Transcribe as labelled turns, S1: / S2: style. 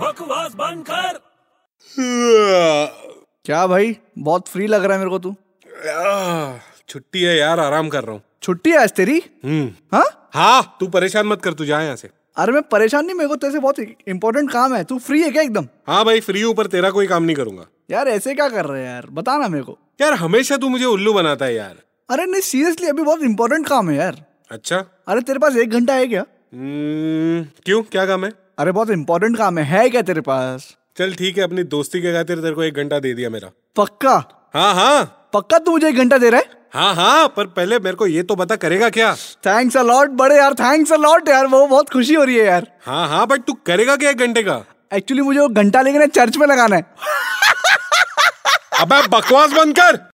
S1: बकवास बंद कर
S2: क्या भाई बहुत फ्री लग रहा है मेरे को तू
S3: आह, छुट्टी है यार आराम कर रहा हूँ
S2: छुट्टी है आज तेरी
S3: हम्म
S2: हाँ
S3: हाँ तू परेशान मत कर तू जा यहाँ से
S2: अरे मैं परेशान नहीं मेरे को तेरे से बहुत इंपॉर्टेंट काम है तू फ्री है क्या एकदम
S3: हाँ भाई फ्री हूँ पर तेरा कोई काम नहीं करूंगा
S2: यार ऐसे क्या कर रहे हैं यार बताना मेरे को
S3: यार हमेशा तू मुझे उल्लू बनाता है यार
S2: अरे नहीं सीरियसली अभी बहुत इंपॉर्टेंट काम है यार
S3: अच्छा
S2: अरे तेरे पास एक घंटा है क्या
S3: हम्म, क्यों क्या काम है
S2: अरे बहुत इंपॉर्टेंट काम है है क्या तेरे पास
S3: चल ठीक है अपनी दोस्ती के खातिर तेरे को एक घंटा दे दिया मेरा
S2: पक्का
S3: हाँ हाँ
S2: पक्का तू मुझे एक घंटा दे रहा है
S3: हाँ हाँ पर पहले मेरे को ये तो पता करेगा क्या
S2: थैंक्स अलॉट बड़े यार थैंक्स अलॉट यार वो बहुत खुशी हो रही है यार
S3: हाँ हाँ बट तू करेगा क्या एक घंटे का
S2: एक्चुअली मुझे वो घंटा लेके ना चर्च में लगाना है
S3: अबे बकवास बंद कर